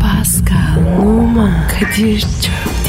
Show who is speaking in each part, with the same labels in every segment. Speaker 1: Pascal, Oman, Kadir çok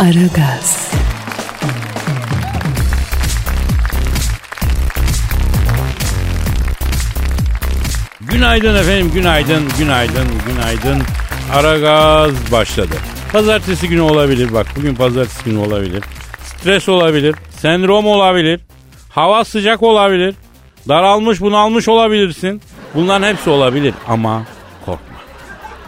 Speaker 1: Aragaz,
Speaker 2: Günaydın efendim, günaydın, günaydın, günaydın. Ara gaz başladı. Pazartesi günü olabilir bak, bugün pazartesi günü olabilir. Stres olabilir, sendrom olabilir, hava sıcak olabilir, daralmış bunalmış olabilirsin. Bunların hepsi olabilir ama korkma,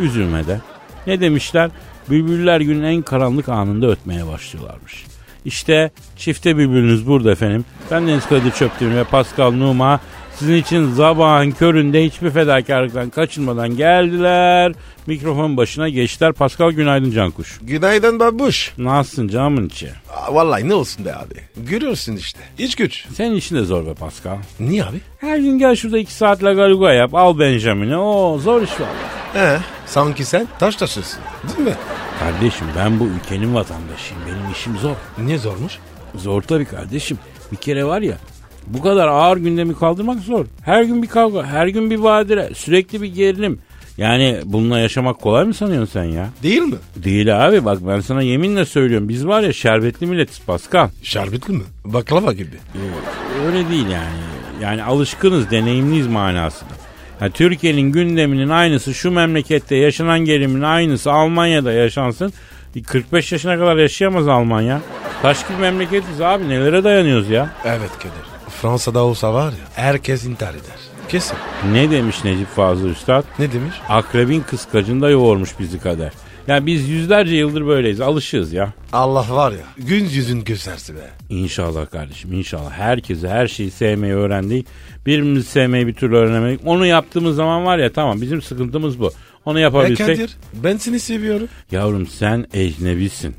Speaker 2: üzülme de. Ne demişler? Bülbüller günün en karanlık anında ötmeye başlıyorlarmış. İşte çifte bülbülünüz burada efendim. Ben Deniz Kadir Çöptemir ve Pascal Numa sizin için sabahın köründe hiçbir fedakarlıktan kaçınmadan geldiler. Mikrofon başına geçtiler. Pascal günaydın Cankuş.
Speaker 3: Günaydın babuş.
Speaker 2: Nasılsın canımın içi?
Speaker 3: Aa, Vallahi ne olsun be abi. Görüyorsun işte. İç güç.
Speaker 2: Senin için de zor be Pascal.
Speaker 3: Niye abi?
Speaker 2: Her gün gel şurada iki saat la galuga yap. Al Benjamin'i. Oo zor iş var.
Speaker 3: He. Sanki sen taş taşısın. Değil mi?
Speaker 2: Kardeşim ben bu ülkenin vatandaşıyım. Benim işim zor.
Speaker 3: Niye zormuş?
Speaker 2: Zor tabii kardeşim. Bir kere var ya bu kadar ağır gündemi kaldırmak zor. Her gün bir kavga, her gün bir badire, sürekli bir gerilim. Yani bununla yaşamak kolay mı sanıyorsun sen ya?
Speaker 3: Değil mi?
Speaker 2: Değil abi bak ben sana yeminle söylüyorum. Biz var ya şerbetli milletiz Pascal.
Speaker 3: Şerbetli mi? Baklava gibi.
Speaker 2: Öyle değil yani. Yani alışkınız, deneyimliyiz manasında. Ya Türkiye'nin gündeminin aynısı şu memlekette yaşanan gerimin aynısı Almanya'da yaşansın. 45 yaşına kadar yaşayamaz Almanya. Taş gibi memleketiz abi nelere dayanıyoruz ya.
Speaker 3: Evet Kadir. Fransa'da olsa var ya herkes intihar eder. Kesin.
Speaker 2: Ne demiş Necip Fazıl Üstad?
Speaker 3: Ne demiş?
Speaker 2: Akrebin kıskacında yoğurmuş bizi kader. Yani biz yüzlerce yıldır böyleyiz. Alışığız ya.
Speaker 3: Allah var ya. Gün yüzün göstersi be.
Speaker 2: İnşallah kardeşim inşallah. Herkese her şeyi sevmeyi öğrendik. Birbirimizi sevmeyi bir türlü öğrenemedik. Onu yaptığımız zaman var ya tamam bizim sıkıntımız bu. Onu
Speaker 3: Be
Speaker 2: yapabilsek.
Speaker 3: Kadir ben seni seviyorum.
Speaker 2: Yavrum sen ecnebisin.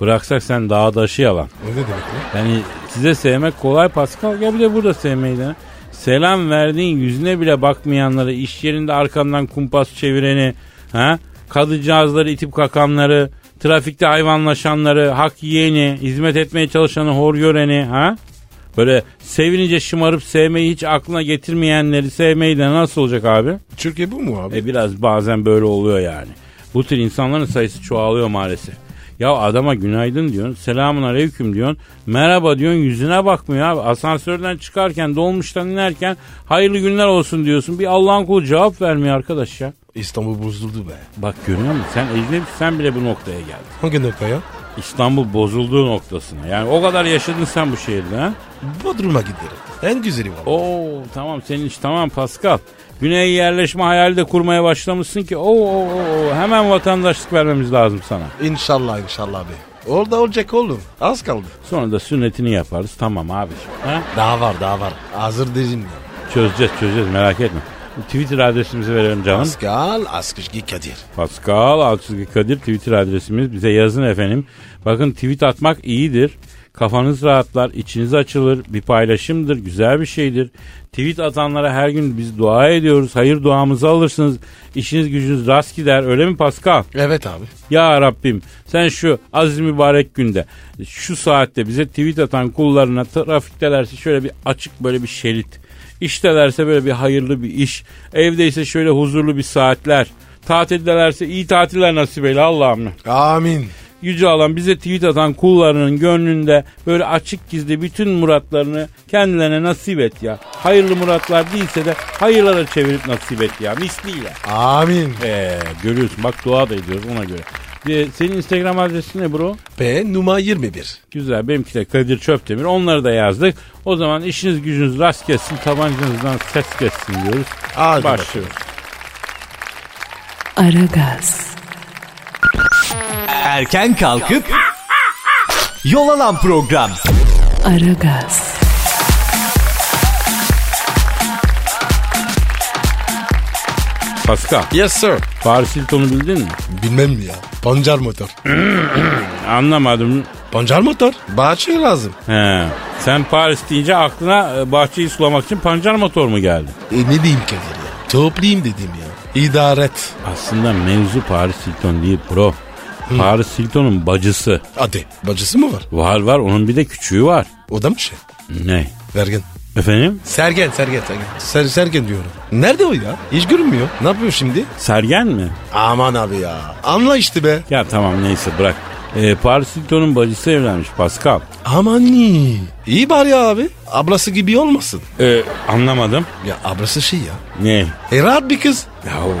Speaker 2: Bıraksak sen dağ daşı yalan.
Speaker 3: O ne demek lan?
Speaker 2: Yani size sevmek kolay Pascal. Gel bir de burada sevmeyi dene. Selam verdiğin yüzüne bile bakmayanları, iş yerinde arkandan kumpas çevireni, ha? kadıcağızları itip kakanları, trafikte hayvanlaşanları, hak yiyeni, hizmet etmeye çalışanı hor göreni, ha? Böyle sevinince şımarıp sevmeyi hiç aklına getirmeyenleri sevmeyi de nasıl olacak abi?
Speaker 3: Türkiye bu mu abi?
Speaker 2: E biraz bazen böyle oluyor yani. Bu tür insanların sayısı çoğalıyor maalesef. Ya adama günaydın diyorsun, selamun aleyküm diyorsun, merhaba diyorsun, yüzüne bakmıyor abi. Asansörden çıkarken, dolmuştan inerken hayırlı günler olsun diyorsun. Bir Allah'ın kulu cevap vermiyor arkadaş ya.
Speaker 3: İstanbul bozuldu be.
Speaker 2: Bak görüyor musun? Sen ecnebi, sen bile bu noktaya geldin.
Speaker 3: Hangi nokta ya?
Speaker 2: İstanbul bozulduğu noktasına. Yani o kadar yaşadın sen bu şehirde ha?
Speaker 3: Bodrum'a giderim. En güzeli var.
Speaker 2: Oo tamam senin iş tamam Pascal. Güney yerleşme hayali de kurmaya başlamışsın ki oo, oo, oo, hemen vatandaşlık vermemiz lazım sana.
Speaker 3: İnşallah inşallah abi. Orada olacak oğlum. Az kaldı.
Speaker 2: Sonra da sünnetini yaparız tamam abi. Ha?
Speaker 3: Daha var daha var. Hazır değilim ya.
Speaker 2: Çözeceğiz çözeceğiz merak etme. Twitter adresimizi verelim canım.
Speaker 3: Pascal Askışki Kadir.
Speaker 2: Pascal Alçızgı Kadir Twitter adresimiz. Bize yazın efendim. Bakın tweet atmak iyidir. Kafanız rahatlar, içiniz açılır. Bir paylaşımdır, güzel bir şeydir. Tweet atanlara her gün biz dua ediyoruz. Hayır duamızı alırsınız. İşiniz gücünüz rast gider. Öyle mi Pascal?
Speaker 3: Evet abi.
Speaker 2: Ya Rabbim sen şu aziz mübarek günde şu saatte bize tweet atan kullarına trafiktelerse şöyle bir açık böyle bir şerit. İştelerse böyle bir hayırlı bir iş. Evdeyse şöyle huzurlu bir saatler. Tatildelerse iyi tatiller nasip eyle Allah'ım.
Speaker 3: Amin.
Speaker 2: Yüce Allah'ım bize tweet atan kullarının gönlünde böyle açık gizli bütün muratlarını kendilerine nasip et ya. Hayırlı muratlar değilse de hayırlara çevirip nasip et ya misliyle.
Speaker 3: Amin.
Speaker 2: Ee, görüyorsun bak dua da ediyoruz ona göre. Ee, senin Instagram adresin ne bro?
Speaker 3: P numara 21.
Speaker 2: Güzel benimki de Kadir Çöptemir. Onları da yazdık. O zaman işiniz gücünüz rast gelsin tabancanızdan ses gelsin diyoruz.
Speaker 3: Hadi
Speaker 2: Başlıyoruz.
Speaker 1: Aragaz,
Speaker 4: Erken kalkıp yol alan program.
Speaker 1: Aragaz,
Speaker 2: Paska.
Speaker 3: Yes sir.
Speaker 2: Paris Hilton'u bildin mi?
Speaker 3: Bilmem mi ya. Pancar motor.
Speaker 2: Anlamadım.
Speaker 3: Pancar motor. Bahçe lazım.
Speaker 2: He. Sen Paris deyince aklına e, bahçeyi sulamak için pancar motor mu geldi?
Speaker 3: E ne diyeyim Kadir ya? Toplayayım dedim ya. İdaret.
Speaker 2: Aslında mevzu Paris Hilton değil bro. Paris Hilton'un bacısı.
Speaker 3: Hadi. Bacısı mı var?
Speaker 2: Var var onun bir de küçüğü var.
Speaker 3: O da mı şey?
Speaker 2: Ne?
Speaker 3: Vergen.
Speaker 2: Efendim?
Speaker 3: Sergen, Sergen, Sergen. Ser, sergen diyorum. Nerede o ya? Hiç görünmüyor. Ne yapıyor şimdi?
Speaker 2: Sergen mi?
Speaker 3: Aman abi ya. Anla işte be.
Speaker 2: Ya tamam neyse bırak. E, Paris Hilton'un bacısı evlenmiş Pascal.
Speaker 3: Aman iyi. İyi bari ya abi. Ablası gibi olmasın.
Speaker 2: E, anlamadım.
Speaker 3: Ya ablası şey ya.
Speaker 2: Ne?
Speaker 3: E rahat bir kız.
Speaker 2: Yahu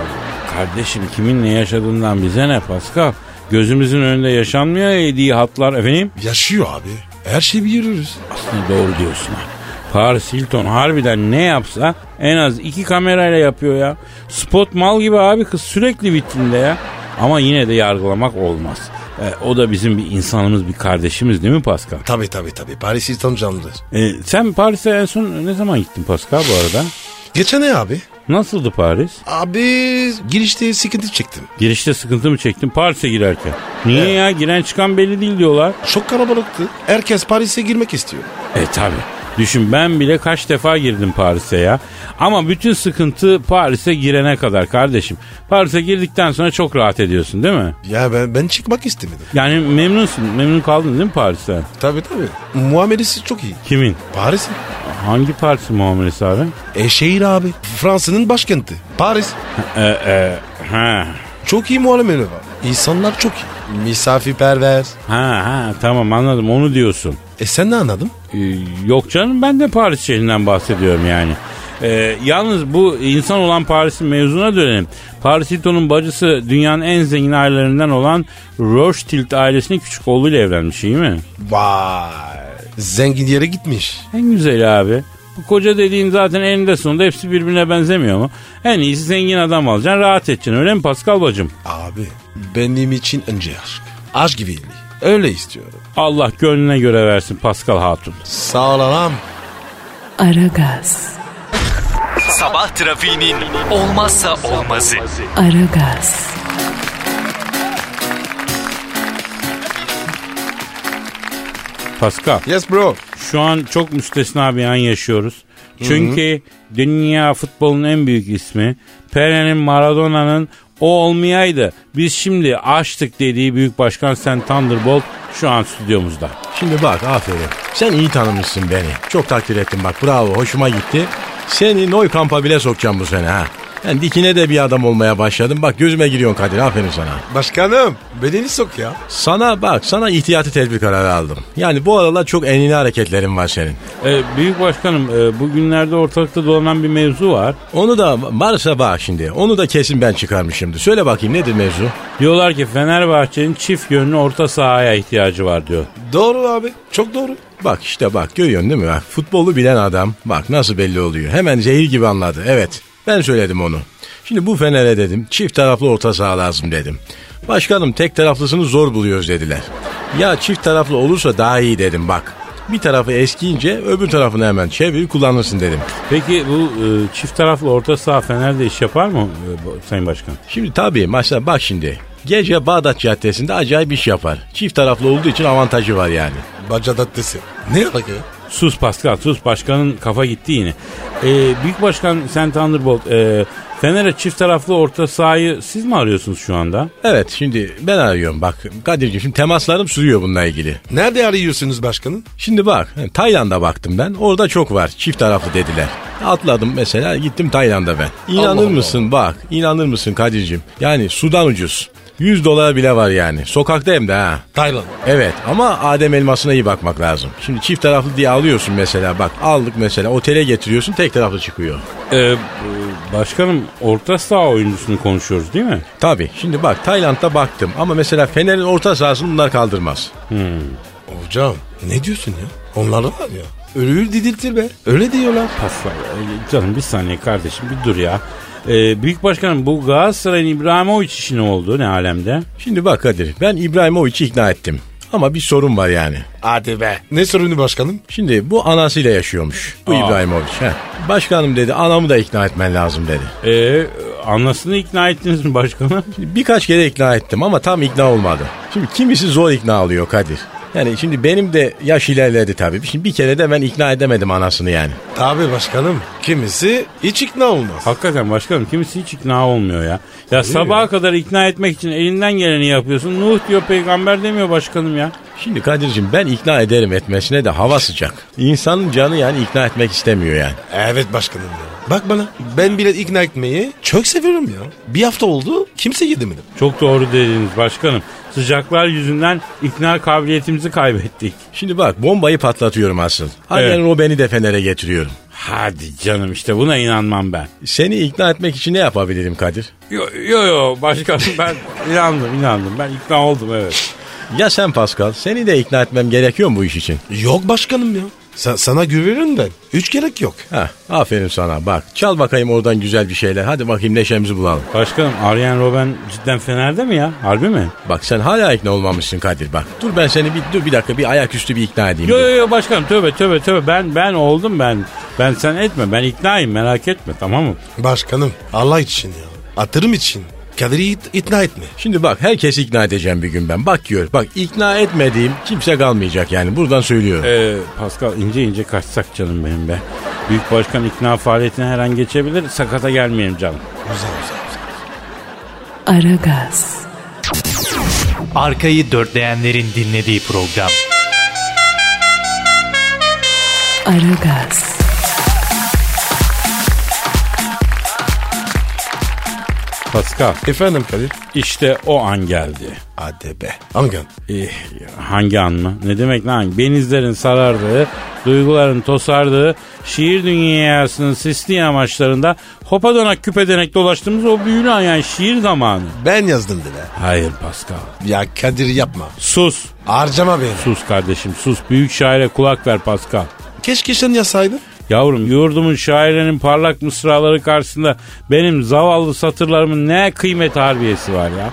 Speaker 2: kardeşim kimin ne yaşadığından bize ne Pascal? Gözümüzün önünde yaşanmıyor yediği hatlar efendim.
Speaker 3: Yaşıyor abi. Her şeyi biliyoruz.
Speaker 2: Aslında doğru diyorsun ha. Paris Hilton harbiden ne yapsa en az iki kamerayla yapıyor ya. Spot mal gibi abi kız sürekli vitrinde ya. Ama yine de yargılamak olmaz. E, o da bizim bir insanımız, bir kardeşimiz değil mi Pascal?
Speaker 3: Tabii tabii tabii. Paris Hilton canlıdır.
Speaker 2: E, sen Paris'e en son ne zaman gittin Pascal bu arada?
Speaker 3: Geçen ne abi?
Speaker 2: Nasıldı Paris?
Speaker 3: Abi girişte sıkıntı çektim.
Speaker 2: Girişte sıkıntı mı çektin Paris'e girerken? Niye ya giren çıkan belli değil diyorlar.
Speaker 3: Çok kalabalıktı. Herkes Paris'e girmek istiyor.
Speaker 2: E tabi. Düşün ben bile kaç defa girdim Paris'e ya. Ama bütün sıkıntı Paris'e girene kadar kardeşim. Paris'e girdikten sonra çok rahat ediyorsun değil mi?
Speaker 3: Ya ben ben çıkmak istemedim.
Speaker 2: Yani memnunsun. Memnun kaldın değil mi Paris'ten?
Speaker 3: Tabii tabii. Muamelesi çok iyi.
Speaker 2: Kimin?
Speaker 3: Paris.
Speaker 2: Hangi Paris'in muamelesi abi?
Speaker 3: E şehir abi. Fransa'nın başkenti. Paris.
Speaker 2: E, e, ha.
Speaker 3: Çok iyi muamele var. İnsanlar çok iyi. Misafirperver.
Speaker 2: Ha ha tamam anladım onu diyorsun.
Speaker 3: E sen ne anladın?
Speaker 2: Ee, Yok canım ben de Paris şehrinden bahsediyorum yani. Ee, yalnız bu insan olan Paris'in mevzuna dönelim. Paris Hilton'un bacısı dünyanın en zengin ailelerinden olan Rothschild ailesinin küçük oğluyla evlenmiş iyi mi?
Speaker 3: Vay. Zengin yere gitmiş.
Speaker 2: En güzel abi. Bu koca dediğin zaten eninde sonunda hepsi birbirine benzemiyor mu? En iyisi zengin adam alacaksın rahat edeceksin öyle mi Pascal bacım?
Speaker 3: Abi benim için önce aşk. Aşk gibi evlilik. Öyle istiyorum.
Speaker 2: Allah gönlüne göre versin Pascal Hatun.
Speaker 3: Sağ ol anam.
Speaker 1: Aragaz,
Speaker 4: Sabah trafiğinin olmazsa olmazı.
Speaker 1: Aragaz,
Speaker 2: Pascal
Speaker 3: Yes bro.
Speaker 2: şu an çok müstesna bir an yaşıyoruz. Çünkü dünya futbolun en büyük ismi Pere'nin Maradona'nın o olmayaydı. Biz şimdi açtık dediği büyük başkan Sen Thunderbolt şu an stüdyomuzda.
Speaker 5: Şimdi bak aferin. Sen iyi tanımışsın beni. Çok takdir ettim bak bravo hoşuma gitti. Seni Noy kampa bile sokacağım bu sene ha. Ben dikine de bir adam olmaya başladım. Bak gözüme giriyorsun Kadir aferin sana.
Speaker 3: Başkanım beni sok ya.
Speaker 5: Sana bak sana ihtiyati tedbir kararı aldım. Yani bu aralar çok enine hareketlerin var senin.
Speaker 2: Ee, büyük başkanım e, bugünlerde ortalıkta dolanan bir mevzu var.
Speaker 5: Onu da varsa bak şimdi onu da kesin ben çıkarmışımdır. Söyle bakayım nedir mevzu?
Speaker 2: Diyorlar ki Fenerbahçe'nin çift yönlü orta sahaya ihtiyacı var diyor.
Speaker 3: Doğru abi. Çok doğru.
Speaker 5: Bak işte bak görüyorsun değil mi? Bak, futbolu bilen adam bak nasıl belli oluyor. Hemen zehir gibi anladı. Evet ben söyledim onu. Şimdi bu Fener'e dedim çift taraflı orta saha lazım dedim. Başkanım tek taraflısını zor buluyoruz dediler. Ya çift taraflı olursa daha iyi dedim bak. Bir tarafı eskiyince öbür tarafını hemen çevir kullanırsın dedim.
Speaker 2: Peki bu e, çift taraflı orta saha Fener'de iş yapar mı e, bu- Sayın Başkan?
Speaker 5: Şimdi tabii maçlar bak şimdi. Gece Bağdat Caddesi'nde acayip iş yapar. Çift taraflı olduğu için avantajı var yani.
Speaker 3: Bacadattesi. Ne yarak ya?
Speaker 2: Sus Pascal sus başkanın kafa gitti yine. Ee, Büyük Başkan Sen Thunderbolt e, Fener'e çift taraflı orta sahayı siz mi arıyorsunuz şu anda?
Speaker 5: Evet şimdi ben arıyorum bak Kadir'ciğim şimdi temaslarım sürüyor bununla ilgili.
Speaker 3: Nerede arıyorsunuz başkanım?
Speaker 5: Şimdi bak he, Tayland'a baktım ben orada çok var çift taraflı dediler. Atladım mesela gittim Tayland'a ben. İnanır mısın bak inanır mısın Kadir'cim yani sudan ucuz. 100 dolara bile var yani. Sokakta hem de ha.
Speaker 3: Tayland.
Speaker 5: Evet ama Adem elmasına iyi bakmak lazım. Şimdi çift taraflı diye alıyorsun mesela bak aldık mesela otele getiriyorsun tek taraflı çıkıyor.
Speaker 2: Ee, e, başkanım orta saha oyuncusunu konuşuyoruz değil mi?
Speaker 5: Tabii şimdi bak Tayland'da baktım ama mesela Fener'in orta sahasını bunlar kaldırmaz.
Speaker 3: Hocam ne diyorsun ya? Onlar da var ya. Ölüyü didiltir be. Öyle diyorlar.
Speaker 2: Pascal e, canım bir saniye kardeşim bir dur ya. Ee, Büyük Başkanım bu Galatasaray'ın İbrahimovic işi ne oldu ne alemde?
Speaker 5: Şimdi bak Kadir ben İbrahimovic'i ikna ettim. Ama bir sorun var yani.
Speaker 3: Hadi be. Ne sorunu başkanım?
Speaker 5: Şimdi bu anasıyla yaşıyormuş. Bu İbrahimovic. He. Başkanım dedi anamı da ikna etmen lazım dedi.
Speaker 2: Ee, anasını ikna ettiniz mi başkanı?
Speaker 5: Birkaç kere ikna ettim ama tam ikna olmadı. Şimdi kimisi zor ikna oluyor Kadir. Yani şimdi benim de yaş ilerledi tabii. Şimdi bir kere de ben ikna edemedim anasını yani.
Speaker 3: Tabii başkanım. Kimisi hiç ikna olmaz.
Speaker 2: Hakikaten başkanım kimisi hiç ikna olmuyor ya. Ya sabaha kadar ikna etmek için elinden geleni yapıyorsun. Nuh diyor peygamber demiyor başkanım ya.
Speaker 5: Şimdi Kadir'cim ben ikna ederim etmesine de hava sıcak. İnsanın canı yani ikna etmek istemiyor yani.
Speaker 3: Evet başkanım ya. Bak bana ben bile ikna etmeyi çok seviyorum ya. Bir hafta oldu kimse yedemedim.
Speaker 2: Çok doğru dediniz başkanım. Sıcaklar yüzünden ikna kabiliyetimizi kaybettik.
Speaker 5: Şimdi bak bombayı patlatıyorum asıl. Hadi
Speaker 2: Evet.
Speaker 5: ben Robben'i de Fener'e getiriyorum.
Speaker 2: Hadi canım işte buna inanmam ben.
Speaker 5: Seni ikna etmek için ne yapabilirim Kadir?
Speaker 2: Yo yo, yo başkanım ben inandım inandım. Ben ikna oldum evet.
Speaker 5: Ya sen Pascal, seni de ikna etmem gerekiyor mu bu iş için?
Speaker 3: Yok başkanım ya. Sa- sana güvenirim ben. Üç gerek yok.
Speaker 5: Ha, aferin sana bak. Çal bakayım oradan güzel bir şeyler. Hadi bakayım neşemizi bulalım.
Speaker 2: Başkanım Arjen Robben cidden Fener'de mi ya? Harbi mi?
Speaker 5: Bak sen hala ikna olmamışsın Kadir bak. Dur ben seni bir dur bir dakika bir ayaküstü bir ikna edeyim.
Speaker 2: Yo
Speaker 5: Dur.
Speaker 2: yo yo başkanım tövbe tövbe tövbe ben ben oldum ben. Ben sen etme ben iknayım merak etme tamam mı?
Speaker 3: Başkanım Allah için ya. Atırım için. Kadir'i it- ikna etme.
Speaker 5: Şimdi bak herkesi ikna edeceğim bir gün ben. Bak gör bak ikna etmediğim kimse kalmayacak yani buradan söylüyorum.
Speaker 2: Ee, Pascal ince ince kaçsak canım benim be. Büyük başkan ikna faaliyetine her an geçebilir sakata gelmeyelim canım.
Speaker 1: Aragaz,
Speaker 4: Arkayı dörtleyenlerin dinlediği program.
Speaker 1: Aragaz,
Speaker 2: Pascal
Speaker 3: Efendim Kadir.
Speaker 2: işte o an geldi.
Speaker 3: Hadi be. Angan.
Speaker 2: Eh, hangi an mı? Ne demek lan? Benizlerin sarardığı, duyguların tosardığı, şiir dünyasının sisli yamaçlarında hopa dönek küpedenek dolaştığımız o büyülü an yani şiir zamanı.
Speaker 3: Ben yazdım bile.
Speaker 2: Hayır Pascal.
Speaker 3: Ya Kadir yapma.
Speaker 2: Sus.
Speaker 3: Harcama beni.
Speaker 2: Sus kardeşim sus. Büyük şaire kulak ver Pascal.
Speaker 3: Keşke sen yazsaydın.
Speaker 2: Yavrum yurdumun şairinin parlak mısraları karşısında benim zavallı satırlarımın ne kıymet harbiyesi var ya.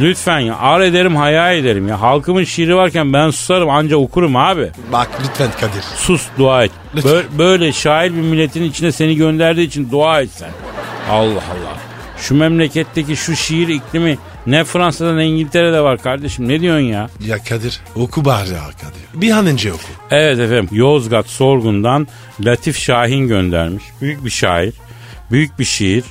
Speaker 2: Lütfen ya ar ederim hayal ederim ya. Halkımın şiiri varken ben susarım anca okurum abi.
Speaker 3: Bak lütfen Kadir.
Speaker 2: Sus dua et.
Speaker 3: Lütfen.
Speaker 2: Bö- böyle şair bir milletin içine seni gönderdiği için dua et sen. Allah Allah. Şu memleketteki şu şiir iklimi ne Fransa'da ne İngiltere'de var kardeşim. Ne diyorsun ya?
Speaker 3: Ya Kadir oku bari ya Kadir. Bir an önce oku.
Speaker 2: Evet efendim Yozgat Sorgun'dan Latif Şahin göndermiş. Büyük bir şair. Büyük bir şiir.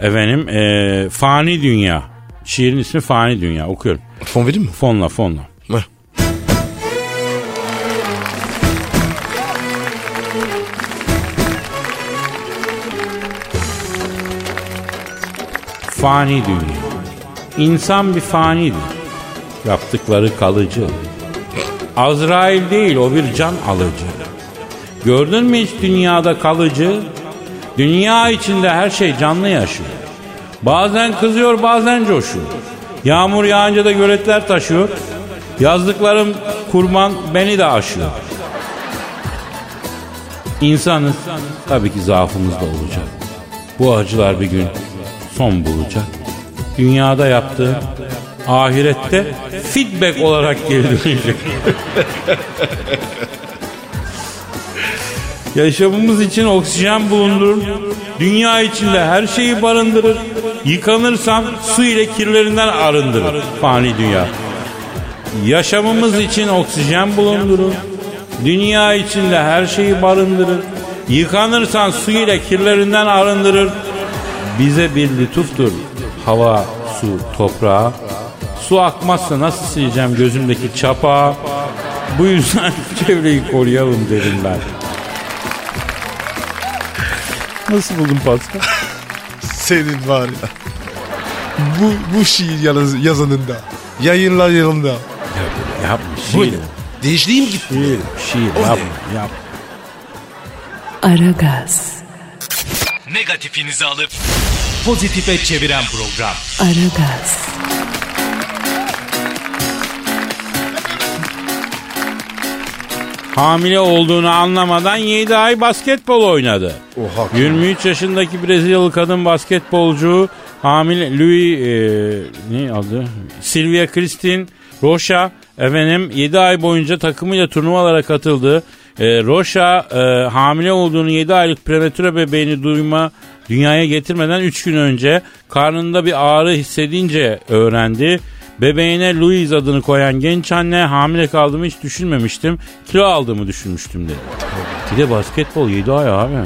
Speaker 2: Efendim eee, Fani Dünya. Şiirin ismi Fani Dünya. Okuyorum.
Speaker 3: Fon verir mi?
Speaker 2: Fonla fonla.
Speaker 3: Heh.
Speaker 2: Fani dünya. İnsan bir fanidir. Yaptıkları kalıcı. Azrail değil o bir can alıcı. Gördün mü hiç dünyada kalıcı? Dünya içinde her şey canlı yaşıyor. Bazen kızıyor bazen coşuyor. Yağmur yağınca da göletler taşıyor. Yazdıklarım kurban beni de aşıyor. İnsanız tabii ki zaafımız da olacak. Bu acılar bir gün son bulacak. Dünyada yaptığım ahirette feedback olarak geri dönecek. Yaşamımız için oksijen bulundurur. Dünya içinde her şeyi barındırır. Yıkanırsam su ile kirlerinden arındırır. Fani dünya. Yaşamımız için oksijen bulundurur. Dünya içinde her şeyi barındırır. Yıkanırsan su ile kirlerinden arındırır. Bize bir lütuftur. Hava, su, toprağa. Su akmazsa nasıl sileceğim gözümdeki çapağı? Bu yüzden çevreyi koruyalım dedim ben. Nasıl buldun Pascal?
Speaker 3: Senin var ya. Bu, bu şiir yalaz- yazanında. Yayınlar yanında.
Speaker 2: Yapma şiir.
Speaker 3: Değişliğim gitti.
Speaker 2: Şiir, şiir.
Speaker 3: O ne?
Speaker 2: Yapma, yapma.
Speaker 1: Aragaz,
Speaker 4: Negatifinizi alıp pozitife çeviren program.
Speaker 1: Aragaz,
Speaker 2: Hamile olduğunu anlamadan 7 ay basketbol oynadı.
Speaker 3: Oha.
Speaker 2: 23 yaşındaki Brezilyalı kadın basketbolcu hamile Louis e, ne adı? Silvia Kristin Rocha Efendim 7 ay boyunca takımıyla turnuvalara katıldı. E, Roşa e, hamile olduğunu 7 aylık prematüre bebeğini duyma dünyaya getirmeden 3 gün önce karnında bir ağrı hissedince öğrendi. Bebeğine Louise adını koyan genç anne hamile kaldığımı hiç düşünmemiştim. Kilo aldığımı düşünmüştüm dedi. Bir de basketbol 7 ay abi.
Speaker 3: Abi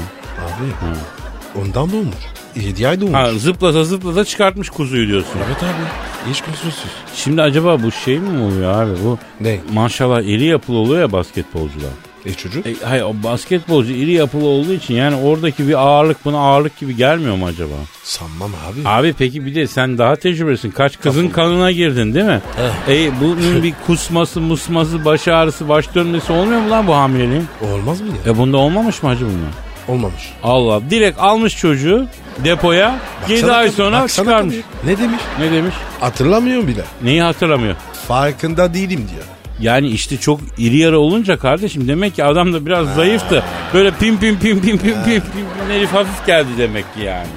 Speaker 3: ondan da olur. 7 ay da olur.
Speaker 2: Ha, zıplasa zıplasa çıkartmış kuzuyu diyorsun.
Speaker 3: Evet abi. Hiç kusursuz.
Speaker 2: Şimdi acaba bu şey mi oluyor abi bu?
Speaker 3: Ne?
Speaker 2: Maşallah iri yapılı oluyor ya basketbolcular.
Speaker 3: E çocuk?
Speaker 2: E, hayır o basketbolcu iri yapılı olduğu için yani oradaki bir ağırlık buna ağırlık gibi gelmiyor mu acaba?
Speaker 3: Sanmam abi.
Speaker 2: Abi peki bir de sen daha tecrübelisin. Kaç kızın kanına girdin değil mi? E, bunun bir kusması, musması, baş ağrısı, baş dönmesi olmuyor mu lan bu hamileliğin?
Speaker 3: Olmaz mı ya?
Speaker 2: E bunda olmamış mı acaba bunlar?
Speaker 3: Olmamış.
Speaker 2: Allah direkt almış çocuğu depoya 7
Speaker 3: Baksana
Speaker 2: ay
Speaker 3: tabii,
Speaker 2: sonra
Speaker 3: baksana
Speaker 2: çıkarmış.
Speaker 3: tabii. Ne demiş?
Speaker 2: Ne demiş?
Speaker 3: Hatırlamıyorum bile.
Speaker 2: Neyi hatırlamıyor?
Speaker 3: Farkında değilim diyor.
Speaker 2: Yani işte çok iri yarı olunca kardeşim demek ki adam da biraz zayıftı. Böyle pim pim pim pim pim pim pim pim herif hafif geldi demek ki yani.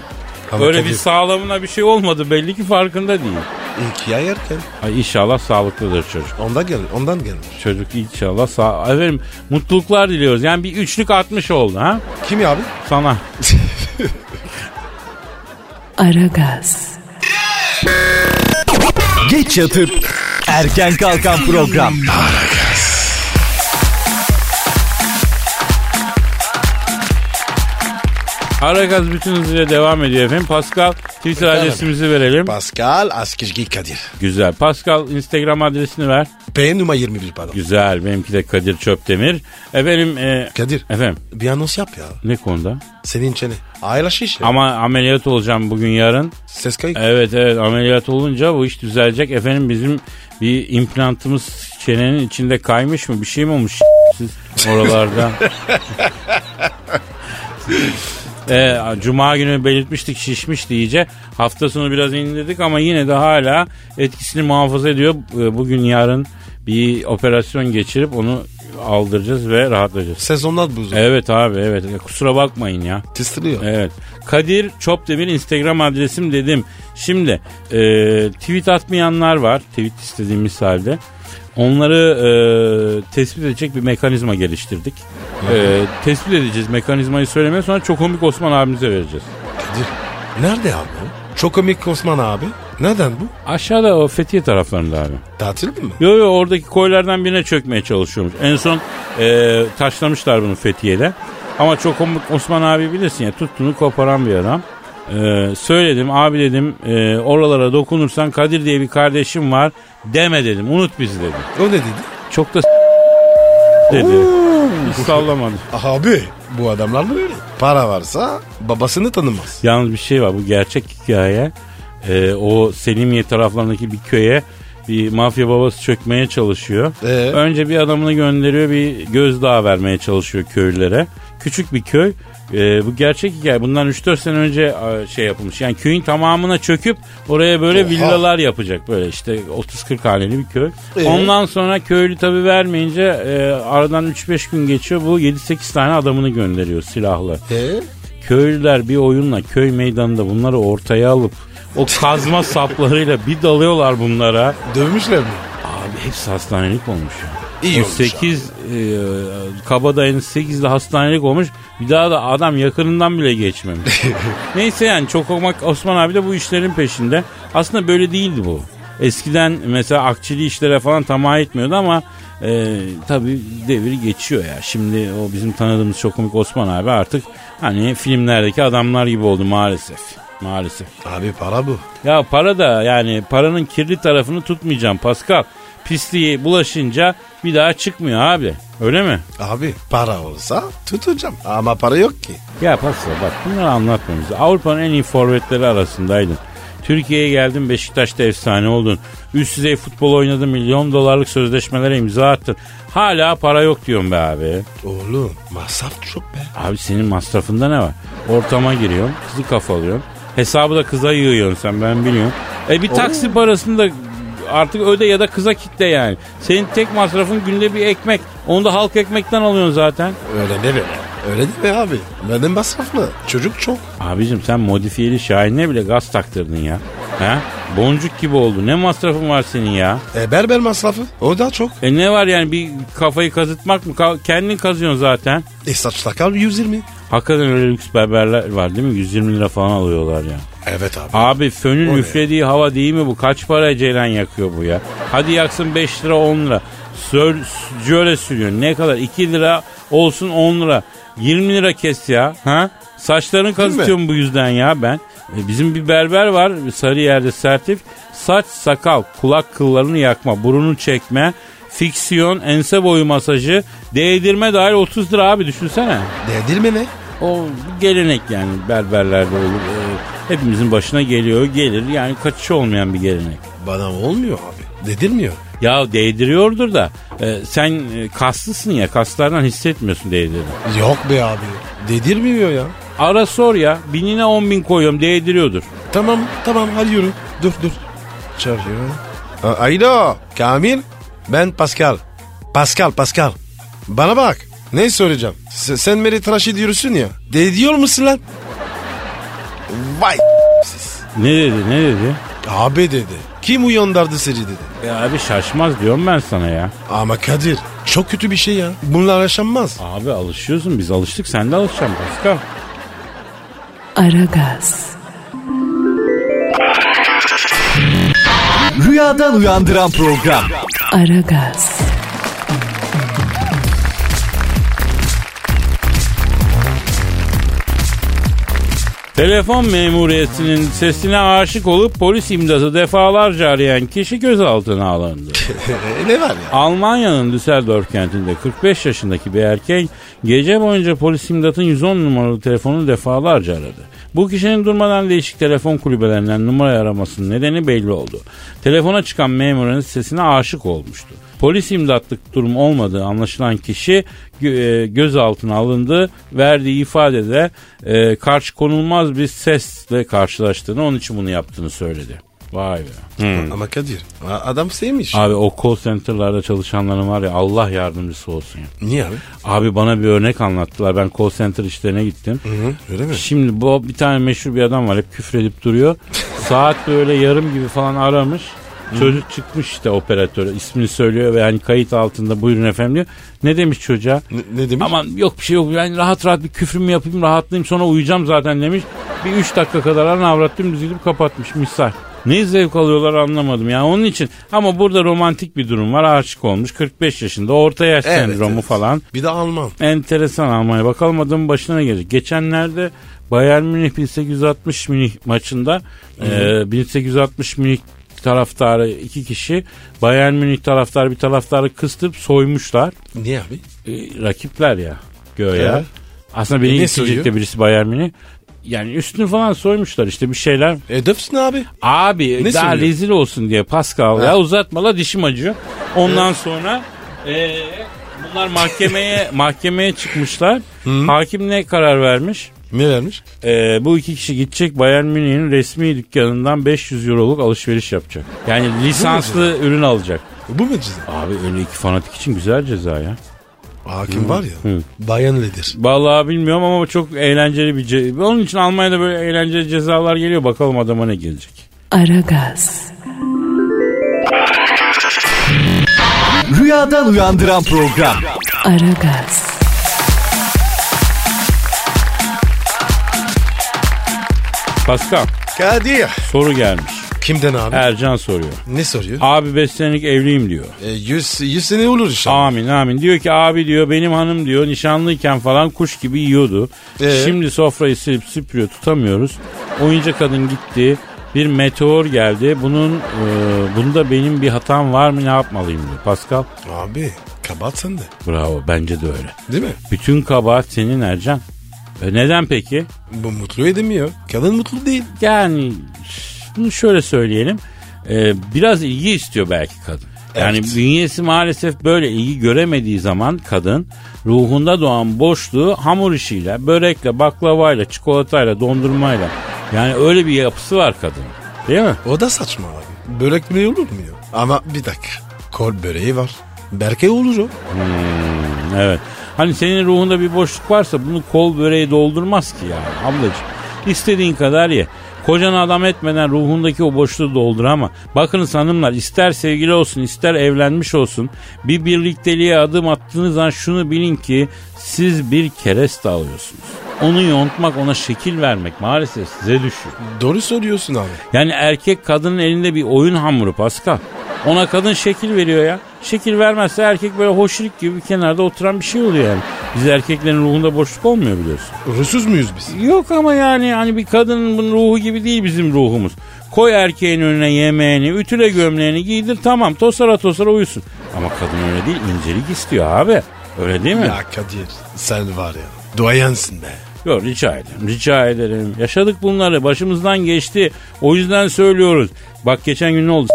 Speaker 3: Ama
Speaker 2: Böyle
Speaker 3: tabii.
Speaker 2: bir sağlamına bir şey olmadı belli ki farkında değil.
Speaker 3: İlk yay erken.
Speaker 2: Ay inşallah sağlıklıdır çocuk.
Speaker 3: Ondan gel, ondan gelmiş.
Speaker 2: Çocuk inşallah sağ... Efendim mutluluklar diliyoruz. Yani bir üçlük atmış oldu ha
Speaker 3: Kim ya abi?
Speaker 2: sana.
Speaker 1: Aragaz,
Speaker 4: Geç yatıp erken kalkan program.
Speaker 2: Aragaz bütün hızıyla devam ediyor efendim. Pascal Twitter adresimizi verelim.
Speaker 3: Pascal Askizgi Kadir.
Speaker 2: Güzel. Pascal Instagram adresini ver.
Speaker 3: P numara 21 pardon.
Speaker 2: Güzel. Benimki de Kadir Çöptemir. Efendim. e,
Speaker 3: Kadir.
Speaker 2: Efendim
Speaker 3: Bir anons yap ya.
Speaker 2: ne konuda?
Speaker 3: Senin çene. Ayla şiş. ya.
Speaker 2: Ama E- ameliyat olacağım bugün yarın.
Speaker 3: Ses kayık.
Speaker 2: Evet evet ameliyat olunca bu iş düzelecek. Efendim bizim bir implantımız çenenin içinde kaymış mı bir şey mi olmuş siz oralarda? E, Cuma günü belirtmiştik şişmiş iyice. Hafta sonu biraz indirdik ama yine de hala etkisini muhafaza ediyor. E, Bugün yarın bir operasyon geçirip onu aldıracağız ve rahatlayacağız.
Speaker 3: Sezonlar buzu.
Speaker 2: Evet abi evet E, kusura bakmayın ya.
Speaker 3: Tistiriyor.
Speaker 2: Evet. Kadir Çopdemir Instagram adresim dedim. Şimdi e, tweet atmayanlar var. Tweet istediğimiz halde. Onları e, tespit edecek bir mekanizma geliştirdik. E, tespit edeceğiz mekanizmayı söylemeye sonra çok komik Osman abimize vereceğiz.
Speaker 3: Kadir. Nerede abi? o? Çok komik Osman abi. Nereden bu?
Speaker 2: Aşağıda o Fethiye taraflarında abi.
Speaker 3: Tatil mi?
Speaker 2: Yo yo oradaki koylardan birine çökmeye çalışıyormuş. En son e, taşlamışlar bunu Fethiye'de. Ama çok komik Osman abi bilirsin ya tuttuğunu koparan bir adam. E, söyledim abi dedim e, oralara dokunursan Kadir diye bir kardeşim var deme dedim unut bizi dedim.
Speaker 3: O ne dedi?
Speaker 2: Çok da s- dedi. Hiç sallamadı.
Speaker 3: Abi bu adamlar da öyle. Para varsa babasını tanımaz.
Speaker 2: Yalnız bir şey var bu gerçek hikaye. E, o Selimiye taraflarındaki bir köye bir mafya babası çökmeye çalışıyor.
Speaker 3: Ee?
Speaker 2: Önce bir adamını gönderiyor bir gözdağı vermeye çalışıyor köylülere. Küçük bir köy. E, bu gerçek hikaye. Bundan 3-4 sene önce e, şey yapılmış. Yani köyün tamamına çöküp oraya böyle
Speaker 3: Oha.
Speaker 2: villalar yapacak. Böyle işte 30-40 haneli bir köy.
Speaker 3: Ee?
Speaker 2: Ondan sonra köylü tabii vermeyince e, aradan 3-5 gün geçiyor. Bu 7-8 tane adamını gönderiyor silahlı.
Speaker 3: Ee?
Speaker 2: Köylüler bir oyunla köy meydanında bunları ortaya alıp o kazma saplarıyla bir dalıyorlar bunlara.
Speaker 3: Dövmüşler mi?
Speaker 2: Abi hepsi hastanelik olmuş ya.
Speaker 3: İyi
Speaker 2: O
Speaker 3: olmuş
Speaker 2: sekiz, e, kabadayının 8 de hastanelik olmuş. Bir daha da adam yakınından bile geçmemiş. Neyse yani çok olmak Osman abi de bu işlerin peşinde. Aslında böyle değildi bu. Eskiden mesela akçeli işlere falan tamah etmiyordu ama e, tabii devir geçiyor ya. Şimdi o bizim tanıdığımız çok komik Osman abi artık hani filmlerdeki adamlar gibi oldu maalesef. Maalesef.
Speaker 3: Abi para bu.
Speaker 2: Ya para da yani paranın kirli tarafını tutmayacağım Pascal. Pisliği bulaşınca bir daha çıkmıyor abi. Öyle mi?
Speaker 3: Abi para olsa tutacağım. Ama para yok ki.
Speaker 2: Ya Pascal bak bunları anlatmamız. Avrupa'nın en iyi forvetleri arasındaydın. Türkiye'ye geldin Beşiktaş'ta efsane oldun. Üst düzey futbol oynadın. Milyon dolarlık sözleşmelere imza attın. Hala para yok diyorum be abi.
Speaker 3: Oğlum masraf çok be.
Speaker 2: Abi senin masrafında ne var? Ortama giriyorsun, kızı kafalıyorsun. Hesabı da kıza yığıyorsun sen ben biliyorum. E bir taksi parasını da artık öde ya da kıza kitle yani. Senin tek masrafın günde bir ekmek. Onu da halk ekmekten alıyorsun zaten.
Speaker 3: Öyle ne be? Öyle değil mi abi? Benim masraflı. Çocuk çok.
Speaker 2: Abicim sen modifiyeli Şahin'e bile gaz taktırdın ya. He? Boncuk gibi oldu. Ne masrafın var senin ya?
Speaker 3: E, berber masrafı o da çok.
Speaker 2: E ne var yani bir kafayı kazıtmak mı? Ka- kendin kazıyorsun zaten.
Speaker 3: E saç takar 120.
Speaker 2: Hakikaten öyle lüks berberler var değil mi? 120 lira falan alıyorlar ya.
Speaker 3: Evet abi.
Speaker 2: Abi fönün
Speaker 3: O ne?
Speaker 2: üflediği hava değil mi bu? Kaç para ceylan yakıyor bu ya? Hadi yaksın 5 lira 10 lira. Sör, jöle sürüyor. Ne kadar? 2 lira olsun 10 lira. 20 lira kes ya. Ha? Saçlarını kazıtıyorum bu yüzden ya ben. E, bizim bir berber var Sarıyer'de sertif. Saç, sakal, kulak kıllarını yakma, burunu çekme, fiksiyon, ense boyu masajı, değdirme dahil 30 lira abi düşünsene.
Speaker 3: Değdirme ne?
Speaker 2: O bir gelenek yani berberlerde olur. Ee, hepimizin başına geliyor, gelir. Yani kaçış olmayan bir gelenek.
Speaker 3: Bana olmuyor abi. Dedirmiyor.
Speaker 2: Ya değdiriyordur da e, sen e, kaslısın ya kaslardan hissetmiyorsun değdirini.
Speaker 3: Yok be abi. Dedirmiyor ya.
Speaker 2: Ara sor ya binine on bin koyuyorum değdiriyordur.
Speaker 3: Tamam tamam hadi yürü. Dur dur. Çağırıyor. A- Alo Kamil. Ben Pascal. Pascal Pascal. Bana bak. Ne söyleyeceğim? Se- sen beni tıraş ediyorsun ya. De diyor musun lan? Vay siz.
Speaker 2: Ne dedi ne dedi?
Speaker 3: Abi dedi. Kim uyandırdı seni dedi.
Speaker 2: Ya abi şaşmaz diyorum ben sana ya.
Speaker 3: Ama Kadir çok kötü bir şey ya. Bunlar yaşanmaz.
Speaker 2: Abi alışıyorsun biz alıştık sen de alışacaksın Pascal.
Speaker 1: Aragaz,
Speaker 4: Rüyadan uyandıran program.
Speaker 1: Aragaz,
Speaker 2: Telefon memuriyetinin sesine aşık olup polis imdası defalarca arayan kişi gözaltına alındı.
Speaker 3: E, ne var ya?
Speaker 2: Almanya'nın Düsseldorf kentinde 45 yaşındaki bir erkek gece boyunca polis imdatın 110 numaralı telefonunu defalarca aradı. Bu kişinin durmadan değişik telefon kulübelerinden numarayı aramasının nedeni belli oldu. Telefona çıkan memurun sesine aşık olmuştu. Polis imdatlık durum olmadığı anlaşılan kişi gö- e, gözaltına alındı. Verdiği ifadede e, karşı konulmaz bir sesle karşılaştığını onun için bunu yaptığını söyledi. Vay be.
Speaker 3: Ama Kadir a- adam sevmiş.
Speaker 2: Abi o call center'larda çalışanların var ya Allah yardımcısı olsun ya.
Speaker 3: Niye abi?
Speaker 2: Abi bana bir örnek anlattılar. Ben call center işlerine gittim.
Speaker 3: Öyle mi?
Speaker 2: Şimdi bu bir tane meşhur bir adam var hep küfredip duruyor. Saat böyle yarım gibi falan aramış. Çocuk çıkmış işte operatöre ismini söylüyor ve hani kayıt altında buyurun efendim diyor. Ne demiş çocuğa?
Speaker 3: Ne, ne demiş?
Speaker 2: Aman yok bir şey yok yani rahat rahat bir küfrümü yapayım rahatlayayım sonra uyuyacağım zaten demiş. Bir 3 dakika kadar ana avrat dümdüz gidip kapatmış misal. Ne zevk alıyorlar anlamadım ya onun için. Ama burada romantik bir durum var aşık olmuş 45 yaşında orta yaş
Speaker 3: Evet,
Speaker 2: sendromu
Speaker 3: evet.
Speaker 2: falan.
Speaker 3: Bir de Alman.
Speaker 2: Enteresan Almanya. Bakalım adamın başına ne gelecek. Geçenlerde Bayern Münih 1860 Münih maçında e, 1860 Münih taraftarı iki kişi Bayern Münih taraftarı bir taraftarı kıstırıp soymuşlar.
Speaker 3: Niye abi?
Speaker 2: E, rakipler ya göğe.
Speaker 3: Evet.
Speaker 2: Aslında beni
Speaker 3: E, ne
Speaker 2: isteyecek de
Speaker 3: soyuyor?
Speaker 2: birisi Bayern Münih. Yani üstünü falan soymuşlar işte bir şeyler.
Speaker 3: Edepsin abi.
Speaker 2: Abi
Speaker 3: Ne
Speaker 2: daha
Speaker 3: soruyor?
Speaker 2: rezil olsun diye Pascal ya uzatma la dişim acıyor. Ondan sonra eee, bunlar mahkemeye mahkemeye çıkmışlar. Hakim ne karar vermiş?
Speaker 3: Ne vermiş?
Speaker 2: Eee, bu iki kişi gidecek Bayern Münih'in resmi dükkanından 500 euroluk alışveriş yapacak. Yani lisanslı ürün alacak.
Speaker 3: Bu mu cizim?
Speaker 2: Abi öyle iki fanatik için güzel ceza ya.
Speaker 3: Hakim var ya. Bayan lider.
Speaker 2: Vallahi bilmiyorum ama çok eğlenceli bir ce- Onun için Almanya'da böyle eğlenceli cezalar geliyor. Bakalım adama ne gelecek.
Speaker 1: Aragaz,
Speaker 4: Rüyadan uyandıran program.
Speaker 1: Aragaz,
Speaker 2: Pascal
Speaker 3: Kadir.
Speaker 2: soru gelmiş.
Speaker 3: Kimden abi?
Speaker 2: Ercan soruyor.
Speaker 3: Ne soruyor? E,
Speaker 2: Abi 5 senelik evliyim diyor.
Speaker 3: 100, 100 sene olur inşallah.
Speaker 2: Amin amin. Diyor ki abi diyor benim hanım diyor nişanlıyken falan kuş gibi yiyordu.
Speaker 3: Ee?
Speaker 2: Şimdi sofrayı silip süpürüyor tutamıyoruz. Oyuncak kadın gitti. Bir meteor geldi. Bunun e, bunda benim bir hatam var mı ne yapmalıyım diyor. Pascal
Speaker 3: Abi kabahat sende.
Speaker 2: bravo bence de öyle.
Speaker 3: Değil mi?
Speaker 2: Bütün kabahat senin Ercan. E neden peki?
Speaker 3: Bu mutlu edemiyor. Kadın mutlu değil.
Speaker 2: Yani bunu şöyle söyleyelim. Ee, biraz ilgi istiyor belki kadın. Yani
Speaker 3: Evet.
Speaker 2: bünyesi maalesef böyle ilgi göremediği zaman kadın ruhunda doğan boşluğu hamur işiyle, börekle, baklavayla, çikolatayla, dondurmayla. Yani öyle bir yapısı var kadın. Değil mi?
Speaker 3: O da saçma abi. Börek bile olur mu ya? Ama bir dakika. Kol böreği var. Berke olur o.
Speaker 2: Evet. Hani senin ruhunda bir boşluk varsa bunu kol böreği doldurmaz ki yani ablacığım. İstediğin kadar ye. Kocanı adam etmeden ruhundaki o boşluğu doldur ama bakınız hanımlar ister sevgili olsun ister evlenmiş olsun bir birlikteliğe adım attığınız an şunu bilin ki siz bir kereste alıyorsunuz. Onu yontmak ona şekil vermek maalesef size düşüyor.
Speaker 3: Doğru söylüyorsun abi.
Speaker 2: Yani erkek kadının elinde bir oyun hamuru Pascal. Ona kadın şekil veriyor ya. Şekil vermezse erkek böyle hoşluk gibi bir kenarda oturan bir şey oluyor yani. Biz erkeklerin ruhunda boşluk olmuyor biliyorsun.
Speaker 3: Rusuz muyuz biz?
Speaker 2: Yok ama yani hani bir kadının ruhu gibi değil bizim ruhumuz. Koy erkeğin önüne yemeğini, ütüle gömleğini giydir tamam tosara tosara uyusun. Ama kadın öyle değil incelik istiyor abi. Öyle değil mi?
Speaker 3: Ya Kadir sen var ya duayansın be.
Speaker 2: Yok rica ederim, rica ederim. Yaşadık bunları, başımızdan geçti. O yüzden söylüyoruz. Bak geçen gün ne oldu?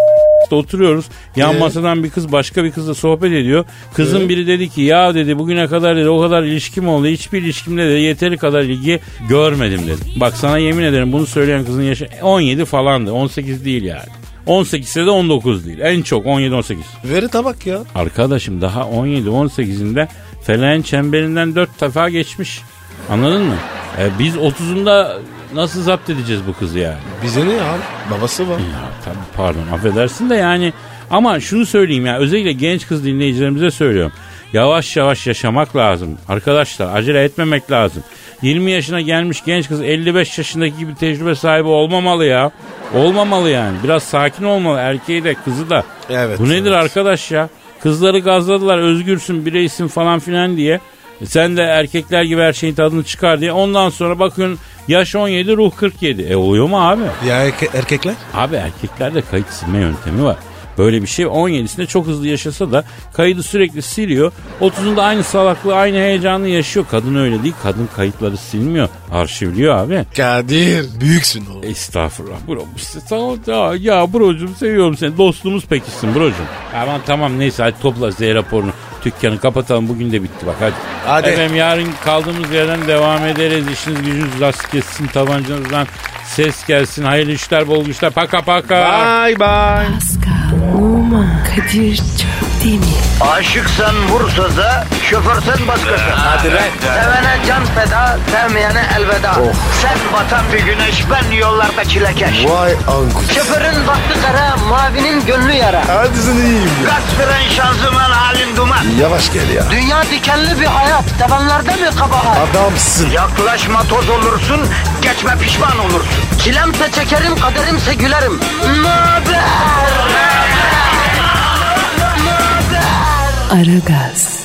Speaker 2: S**te oturuyoruz. Yan
Speaker 3: Ee?
Speaker 2: masadan bir kız başka bir kızla sohbet ediyor. Kızın biri dedi ki ya dedi bugüne kadar dedi o kadar ilişkim oldu. Hiçbir ilişkimde de yeteri kadar ilgi görmedim dedi. Bak sana yemin ederim bunu söyleyen kızın yaşı 17 falandı. 18 değil yani. 18 ise de 19 değil. En çok 17-18.
Speaker 3: Veri tabak ya.
Speaker 2: Arkadaşım daha 17-18'inde feleğin çemberinden 4 defa geçmiş. Anladın mı? E, biz 30'unda nasıl zapt edeceğiz bu kızı yani?
Speaker 3: Bize ne abi? Babası var.
Speaker 2: Ya tabii pardon affedersin de yani ama şunu söyleyeyim ya özellikle genç kız dinleyicilerimize söylüyorum. Yavaş yavaş yaşamak lazım. Arkadaşlar acele etmemek lazım. 20 yaşına gelmiş genç kız 55 yaşındaki gibi tecrübe sahibi olmamalı ya. Olmamalı yani. Biraz sakin olmalı erkeği de kızı da.
Speaker 3: Evet,
Speaker 2: Bu nedir
Speaker 3: evet.
Speaker 2: arkadaş ya? Kızları gazladılar özgürsün bireysin falan filan diye. E Sen de erkekler gibi her şeyin tadını çıkar diye. Ondan sonra bakın yaş 17 ruh 47. E oluyor mu abi?
Speaker 3: Ya erke- erkekler?
Speaker 2: Abi erkeklerde kayıt silme yöntemi var. Böyle bir şey 17'sinde çok hızlı yaşasa da kaydı sürekli siliyor. 30'unda aynı salaklığı, aynı heyecanı yaşıyor. Kadın öyle değil. Kadın kayıtları silmiyor. Arşivliyor abi.
Speaker 3: Kadir büyüksün oğlum.
Speaker 2: Estağfurullah bro. İşte tamam, ya, ya brocum seviyorum seni. Dostluğumuz pekişsin brocum. Aman tamam neyse hadi topla Z raporunu. Dükkanı kapatalım bugün de bitti bak hadi.
Speaker 3: Hadi.
Speaker 2: Efendim yarın kaldığımız yerden devam ederiz. İşiniz gücünüz rast kessin tabancanızdan. Ses gelsin. Hayırlı işler bol güçler. Paka paka.
Speaker 3: Bye bye.
Speaker 1: Pascal, Oman, Kadir çok değil mi?
Speaker 6: Aşıksan vursa da, şoförsen başkasın. Hadi
Speaker 3: be.
Speaker 6: Sevene can feda, sevmeyene elveda. Sen batan bir güneş, ben yollarda çilekeş.
Speaker 3: Vay anku.
Speaker 6: Şoförün baktı kara, mavinin gönlü yara.
Speaker 3: Hadi sen iyiyim ya.
Speaker 6: Kasperen şanzıman halin duman.
Speaker 3: Yavaş gel ya.
Speaker 6: Dünya dikenli bir hayat, sevenlerde mi kabahar?
Speaker 3: Adamsın.
Speaker 6: Yaklaşma toz olursun, geçme pişman olursun. Çilemse çekerim, kaderimse gülerim. Möber!
Speaker 1: Aragaz.